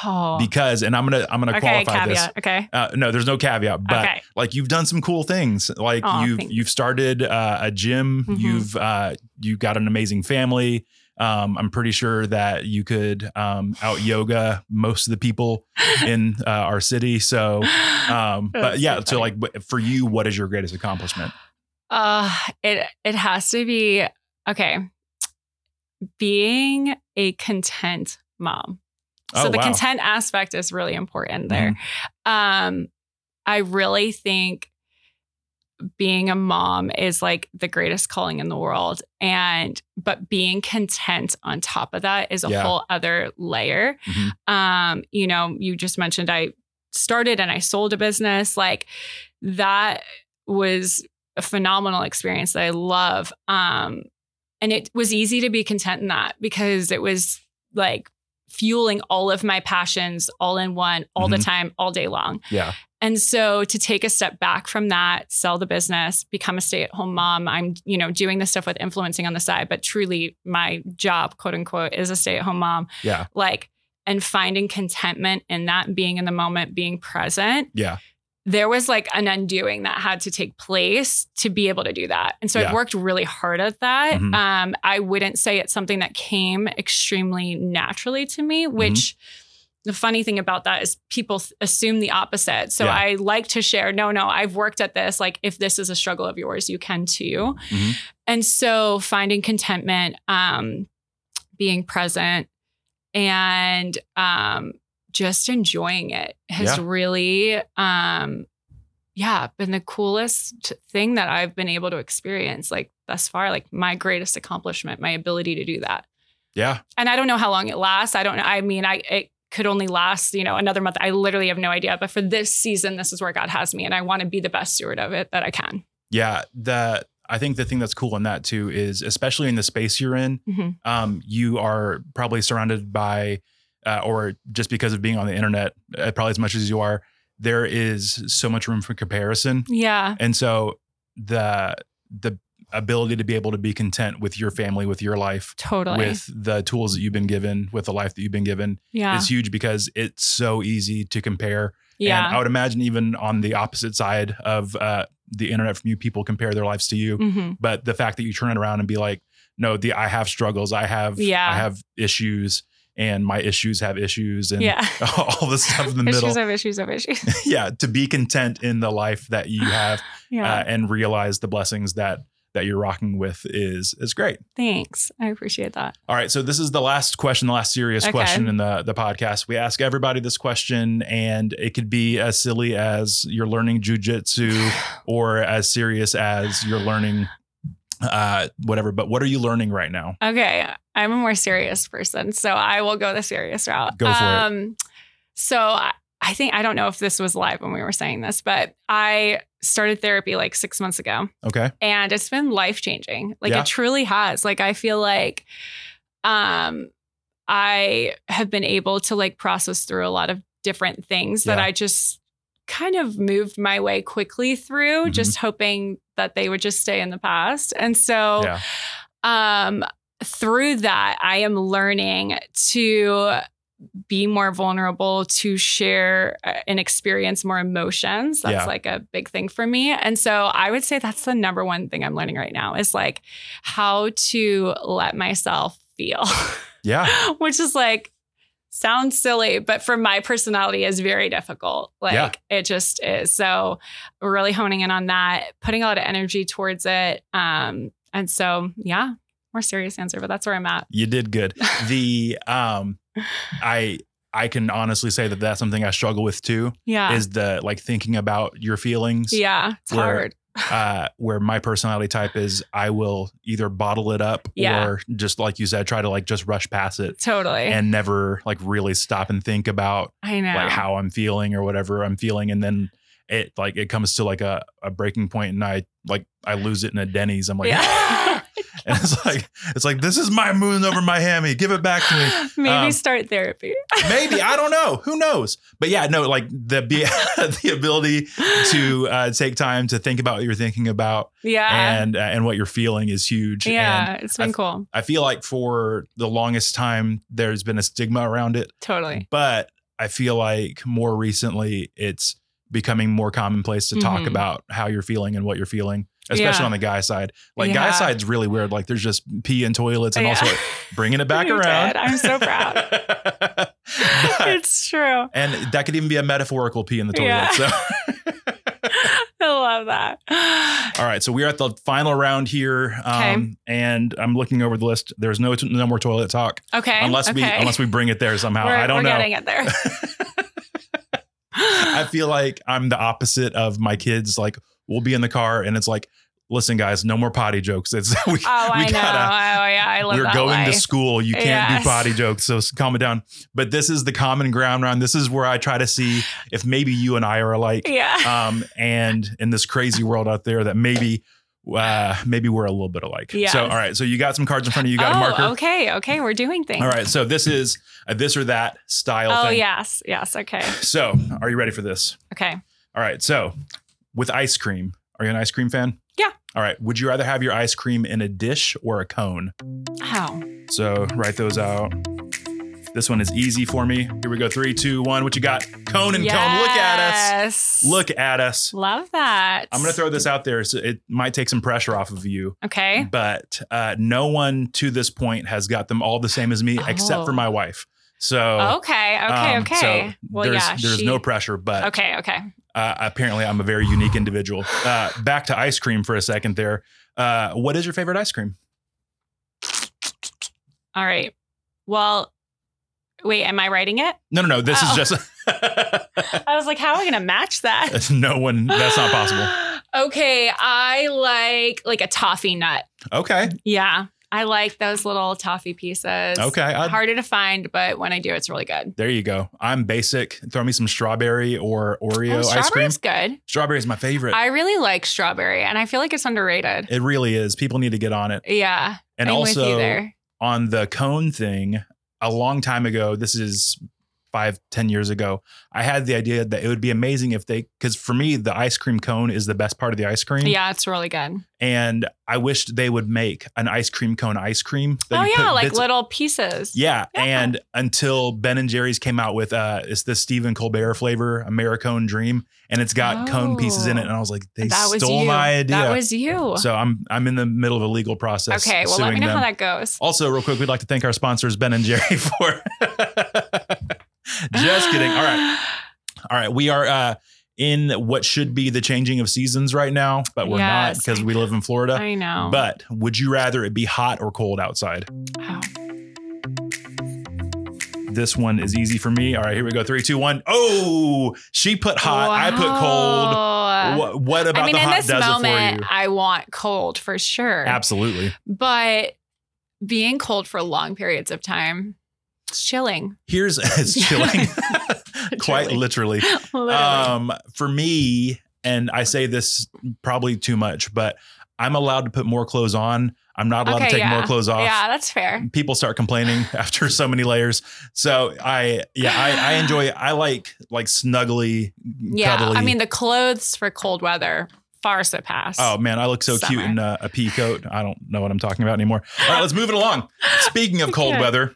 oh. Because, and I'm going to, I'm going to okay. qualify Caveat. this. Okay. Uh, no, there's no caveat, but okay. like you've done some cool things. Like Aw, you've, thanks. you've started uh, a gym. Mhm. You've, uh, you got an amazing family. Um, I'm pretty sure that you could um, out yoga most of the people in uh, our city. So, um, but That's yeah. so So, funny. like wh- for you, what is your greatest accomplishment? Uh, it it has to be okay. Being a content mom. So Oh, the wow. content aspect is really important there. Um, I really think being a mom is like the greatest calling in the world. And, but being content on top of that is a Yeah. whole other layer. Mhm. Um, you know, you just mentioned I started and I sold a business. Like that was a phenomenal experience that I love. Um, and it was easy to be content in that because it was like fueling all of my passions all in one, all the Mhm. time, all day long. Yeah. And so to take a step back from that, sell the business, become a stay-at-home mom. I'm, you know, doing this stuff with influencing on the side, but truly my job, quote unquote, is a stay-at-home mom. Mm-hmm. Yeah. Like and finding contentment in that being in the moment, being present Yeah. there was like an undoing that had to take place to be able to do that. And so Yeah. Mm-hmm. I've worked really hard at that. Mhm. Um, I wouldn't say it's something that came extremely naturally to me, which the funny thing about that is people th- assume the opposite. So Yeah. I like to share, no, no, I've worked at this. Like, if this is a struggle of yours, you can too. Mhm. And so finding contentment, um, being present, and um, just enjoying it has really um yeah been the coolest thing that i've been able to experience like thus far like my greatest accomplishment my ability to do that Yeah. and i don't know how long it lasts i don't know i mean i it could only last you know another month i literally have no idea but for this season this is where god has me and i want to be the best steward of it that i can Yeah, the I think the thing that's cool in that too is especially in the space you're in, Mhm. um, you are probably surrounded by, uh, or just because of being on the internet, uh, probably as much as you are, there is so much room for comparison, yeah and so the the ability to be able to be content with your family, with your life, totally with the tools that you've been given, with the life that you've been given, yeah is huge because it's so easy to compare yeah and I would imagine even on the opposite side of uh, the internet from you, people compare their lives to you. Mhm. But the fact that you turn it around and be like, no, the I have struggles, I have, Yeah. I have issues, and my issues have issues, and yeah all this stuff in the issues middle. of issues of issues yeah, to be content in the life that you have yeah uh, and realize the blessings that that you're rocking with is is great. thanks i appreciate that All right, so this is the last question, the last serious Okay. question in the the podcast. We ask everybody this question, and it could be as silly as you're learning jujitsu, or as serious as you're learning uh, whatever. But what are you learning right now? Okay, I'm a more serious person, so I will go the serious route. Go for it. it. So I, I think I don't know if this was live when we were saying this, but I started therapy like six months ago, Okay, and it's been life changing. Like Yeah. it truly has. Like I feel like, um, I have been able to like process through a lot of different things that Yeah. I just kind of moved my way quickly through, Mhm. just hoping that they would just stay in the past. And so yeah, um through that i am learning to be more vulnerable to share uh, and experience more emotions that's Yeah. like a big thing for me and so i would say that's the number one thing i'm learning right now is like how to let myself feel yeah, which is like sounds silly but for my personality is very difficult like Yeah. it just is so we're really honing in on that putting a lot of energy towards it um and so yeah more serious answer but that's where i'm at you did good. The um, I I can honestly say that that's something I struggle with too. yeah Is the like thinking about your feelings? yeah it's where- hard uh, where my personality type is I will either bottle it up Yeah. or just like you said, try to like just rush past it totally and never like really stop and think about i know like how I'm feeling or whatever I'm feeling. And then it like it comes to like a, a breaking point and I like I lose it in a Denny's. I'm like, "Ah!" yeah and it's like it's like this is my moon over my hammy. Give it back to me. maybe Um, start therapy Maybe I don't know. Who knows? But yeah, no, like the be- the ability to uh, take time to think about what you're thinking about yeah and uh, and what you're feeling is huge. And Uh-huh. yeah it's been I- cool I feel like for the longest time there's been a stigma around it, totally but I feel like more recently it's becoming more commonplace to talk Mhm. about how you're feeling and what you're feeling, especially Yeah. on the guy side. Like Yeah. guy side's really weird. Like there's just pee and toilets and yeah. also bringing it back You around. did. I'm so proud. But- it's true and that could even be a metaphorical pee in the toilet. Yeah. So I love that. All right, so we're at the final round here, Okay. um, and I'm looking over the list. There's no t- no more toilet talk Okay. unless okay. we unless we bring it there somehow. We're- I don't we're know. getting it there. I feel like I'm the opposite of my kids. Like we'll be in the car, and it's like, listen, guys, no more potty jokes. It's we, Oh, we I know. gotta. oh, yeah. I love We're that going to life. school. You can't Yes. do potty jokes. So s- calm it down. But this is the common ground round. This is where I try to see if maybe you and I are alike. Yeah. um, and in this crazy world out there that maybe uh, maybe we're a little bit alike. Yes. So all right, so you got some cards in front of you, you got oh, a marker. okay. Okay. We're doing things. All right, so this is a this or that style Oh, thing. yes. Yes. Okay. So are you ready for this? Okay. All right, so with ice cream, are you an ice cream fan? Yeah. All right. Would you rather have your ice cream in a dish or a cone? How? So write those out. This one is easy for me. Here we go. Three, two, one. What you got? Cone and cone. Look at us. Yes. Look at us. Love that. I'm going to throw this out there. So it might take some pressure off of you, Okay. but uh, no one to this point has got them all the same as me, except Oh. for my wife. So okay. Okay. um, Okay. So well, there's yeah. there's she- no pressure, but Okay. Okay. uh, apparently I'm a very unique individual. Uh, back to ice cream for a second there. Uh, what is your favorite ice cream? All right. Well, wait. Am I writing it? No, no, no. This Oh. is just I was like, how am I going to match that? no one. That's not possible. okay. I like like a toffee nut. Okay, Yeah. I like those little toffee pieces. okay. I- Harder to find, but when I do, it's really good. there you go. I'm basic. Throw me some strawberry or Oreo Oh, ice cream. strawberry's good. Strawberry is my favorite. I really like strawberry, and I feel like it's underrated. It really is. People need to get on it. yeah, And I'm with you also there. on the cone thing, a long time ago, this is five, ten years ago, I had the idea that it would be amazing if they, because for me, the ice cream cone is the best part of the ice cream. Yeah, it's really good. And I wished they would make an ice cream cone ice cream. that Oh you yeah, put like bits- little pieces. Yeah, Yeah. and until Ben and Jerry's came out with uh, it's the Stephen Colbert flavor, Americone Dream, and it's got cone pieces in it, Oh. and I was like, they that was stole you. my idea. That was you. So I'm I'm in the middle of a legal process. okay, well, let suing me know them. how that goes. Also, real quick, we'd like to thank our sponsors Ben and Jerry for. Just kidding. All right, all right. We are uh, in what should be the changing of seasons right now, but we're not Yes. because we live in Florida. I know. But would you rather it be hot or cold outside? Oh. This one is easy for me. All right, here we go. Three, two, one. Oh, she put hot. I put cold. Wow. What, what about Oh. I mean, the in hot this does it for moment, you? I want cold for sure. Absolutely. But being cold for long periods of time, it's chilling. Here's it's chilling, quite Chilling. literally. Literally. Um, for me, and I say this probably too much, but I'm allowed to put more clothes on. I'm not allowed Okay, to take yeah. more clothes off. yeah, that's fair. People start complaining after so many layers. So I, yeah, I, I enjoy. I like like snuggly, Yeah, cuddly. I mean the clothes for cold weather far surpass. Oh man, I look so Summer. cute in uh, a, a pea coat. I don't know what I'm talking about anymore. All right, let's move it along. Speaking of cold Okay. weather,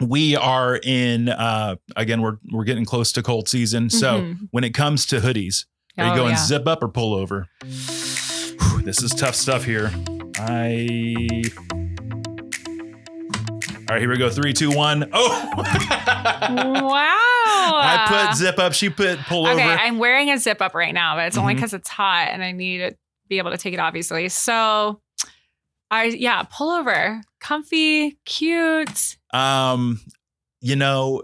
we are in uh again we're we're getting close to cold season. So Mhm. when it comes to hoodies, are you Oh, going yeah. zip up or pull over? Whew, this is tough stuff here. I All right, here we go. Three, two, one. Oh, wow. I put zip up. She put pull Okay, over. I'm wearing a zip up right now, but it's only Mhm. because it's hot and I need to be able to take it, obviously. So I yeah, pullover. Comfy, cute. Um, you know,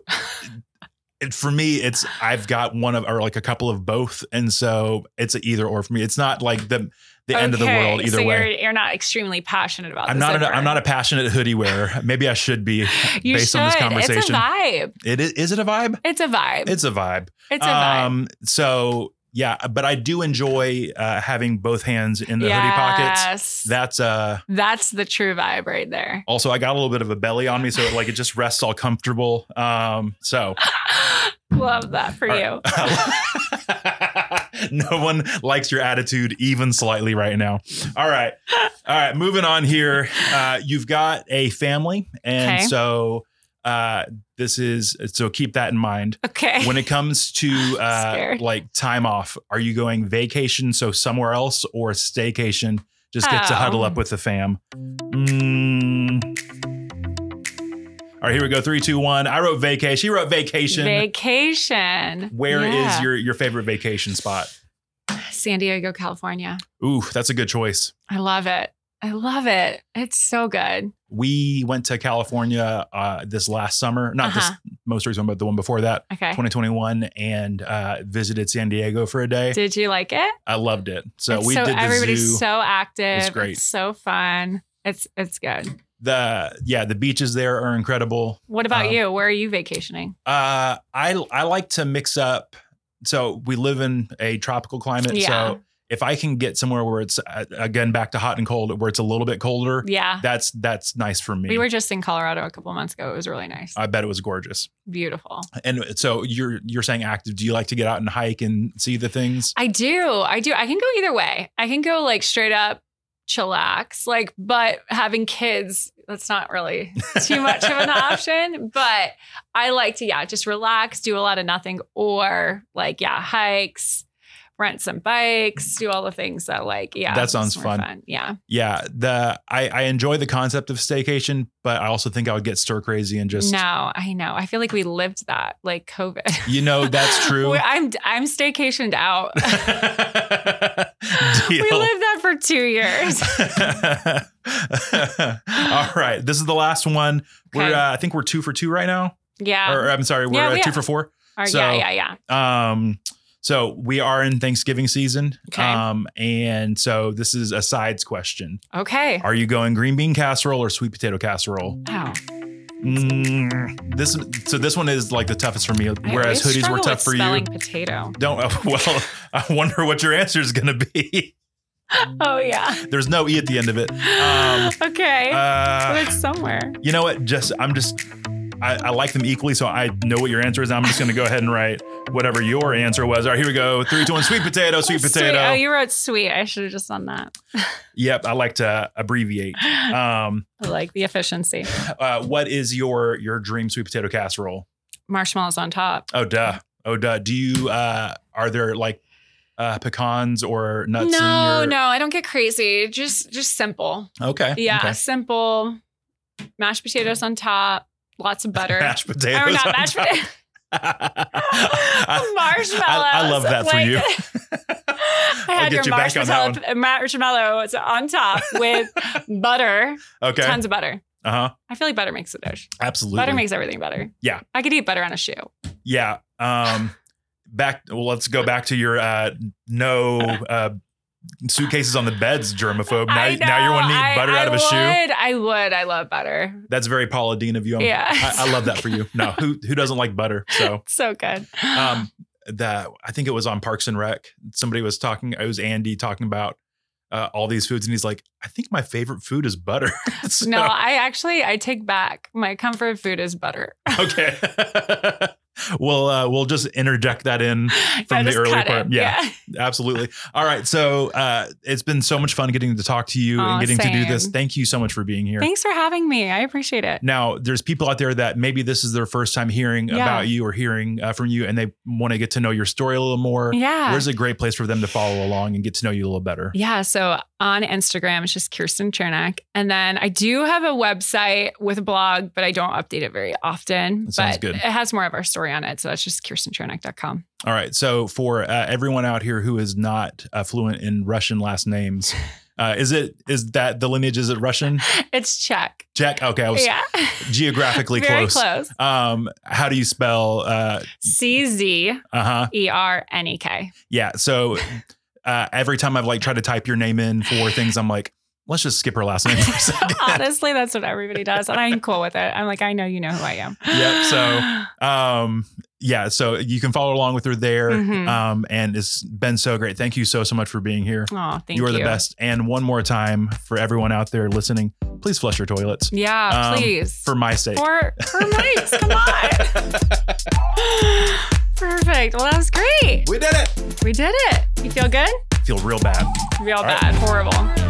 it, for me, it's I've got one of or like a couple of both, and so it's a either or for me. It's not like the the end of the Okay, world either so You're, way. you're not extremely passionate about I'm the not an, zipper. I'm not a passionate hoodie wearer. Maybe I should be. you based should. on this It's a conversation. vibe. It is, is it a vibe? It's a vibe. It's, It's um, a vibe. a vibe. So yeah, but I do enjoy uh, having both hands in the hoodie pockets. Yes. That's uh. That's the true vibe right there. Also, I got a little bit of a belly on me, so like it just rests all comfortable. Um, so Love that for All you. no one likes your attitude even slightly right now. All right. All right. Moving on here. Uh, you've got a family. And Okay. so uh, this is, so keep that in mind. Okay. When it comes to uh, Scared. like time off, are you going vacation? So somewhere else or staycation? Just get to Oh. huddle up with the fam. Mm. All right, here we go. Three, two, one. I wrote vacation. She wrote vacation. Vacation. Where is Yeah. your your favorite vacation spot? San Diego, California. Ooh, that's a good choice. I love it. I love it. It's so good. We went to California uh, this last summer, not Uh-huh. this most recent, one, but the one before that, Okay. 2021, and uh, visited San Diego for a day. Did you like it? I loved it. So It's we did the everybody's zoo. so active. It's great. so fun. It's it's good. the yeah, the beaches there are incredible. What about Um, you? Where are you vacationing? Uh, I I like to mix up. So we live in a tropical climate. Yeah. So if I can get somewhere where it's uh, again back to hot and cold, where it's a little bit colder, Yeah. that's that's nice for me. Uh, We were just in Colorado a couple months ago. It was really nice. I bet it was gorgeous. Beautiful. And so you're you're saying active. Do you like to get out and hike and see the things? I do. I do. I can go either way. I can go like straight up chillax, like, but having kids, that's not really too much of an option. But I like to, yeah, just relax, do a lot of nothing, or like, yeah, hikes, rent some bikes, do all the things that, like, yeah. That it's sounds more fun. Yeah. Yeah, the I, I enjoy the concept of staycation, but I also think I would get stir crazy and just no, I know. I feel like we lived that, like COVID. you know that's true. We- I'm I'm staycationed out. we Deal. lived that for two years. All right, this is the last one. We're Okay. uh, I think we're two for two right now, Yeah. or I'm sorry, we're Yeah, uh, we two are. for four. Or- so- yeah. Yeah. Yeah. Um, so we are in Thanksgiving season, Okay. um, and so this is a sides question. Okay. Are you going green bean casserole or sweet potato casserole? Wow. Mm, this so this one is like the toughest for me. I Whereas always hoodies were struggle tough with for spelling you. Potato. Don't uh, well. I wonder what your answer is going to be. Oh yeah. There's no e at the end of it. Um, okay. uh, but it's somewhere. You know what? Just I'm just I, I like them equally, so I know what your answer is. I'm just gonna go ahead and write whatever your answer was. All right, here we go. Three, two, one. Sweet potato, sweet potato. Oh, you wrote sweet. I should have just done that. yep, I like to abbreviate. Um, I like the efficiency. uh, what is your your dream sweet potato casserole? Marshmallows on top. Oh duh, oh duh. Do you uh, are there like uh, pecans or nuts? no, in your... no, I don't get crazy. Just just simple. Okay, Yeah, okay. simple. Mashed potatoes on top. Lots of butter. Mashed potatoes. or not on mashed top. potatoes. I- marshmallows. I love that for you. I I'll had get your you back on that marshmallow, marshmallows on top with butter, okay. tons of butter. Uh huh. I feel like butter makes the dish. Absolutely. Butter makes everything better. Yeah. I could eat butter on a shoe. Yeah. Um back well, let's go back to your uh no uh suitcases on the beds germaphobe. Now, I now you're know, gonna need I- butter out of a I shoe. would, I would. I love butter. That's very Paula Dean of you. I'm- Yeah. I, I love that for you. No, who who doesn't like butter? So So good. um that I think it was on Parks and Rec. Somebody was talking, it was Andy talking about uh, all these foods, and he's like, I think my favorite food is butter. So- no, I actually I take back my comfort food is butter. Okay. we'll uh, we'll just interject that in From I the just early cut it. part, yeah. Absolutely. All right. So uh, it's been so much fun getting to talk to you Aw, and getting to do same. this. Thank you so much for being here. Thanks for having me. I appreciate it. now, there's people out there that maybe this is their first time hearing Yeah. about you or hearing uh, from you, and they want to get to know your story a little more. Yeah. Where's a great place for them to follow along and get to know you a little better? Yeah. So on Instagram, it's just Kirsten Chernak. And then I do have a website with a blog, but I don't update it very often. That sounds but good. it has more of our story on it. So that's just kirstenchernak.com. All right. So, for uh, everyone out here who is not uh, fluent in Russian last names, uh, is it is that the lineage? Is it Russian? It's Czech. Jack. Okay, I was yeah. geographically Very close. close. Um, how do you spell? Uh uh-huh? C Z huh. E R N E K. Yeah. So uh, every time I've like tried to type your name in for things, I'm like, let's just skip her last name for a second. Honestly, that's what everybody does. And I'm cool with it. I'm like, I know you know who I am. Yep, so- Um, yeah. So you can follow along with her there. Mhm. Um, and it's been so great. Thank you so so much for being here. Oh, thank you. you are the best. And one more time for everyone out there listening, please flush your toilets Yeah, Um, please. for my sake. for, for Mike's. Come on. Perfect. Well, that was great. we did it. We did it. You feel good? Feel real bad. Real All right. bad. Horrible.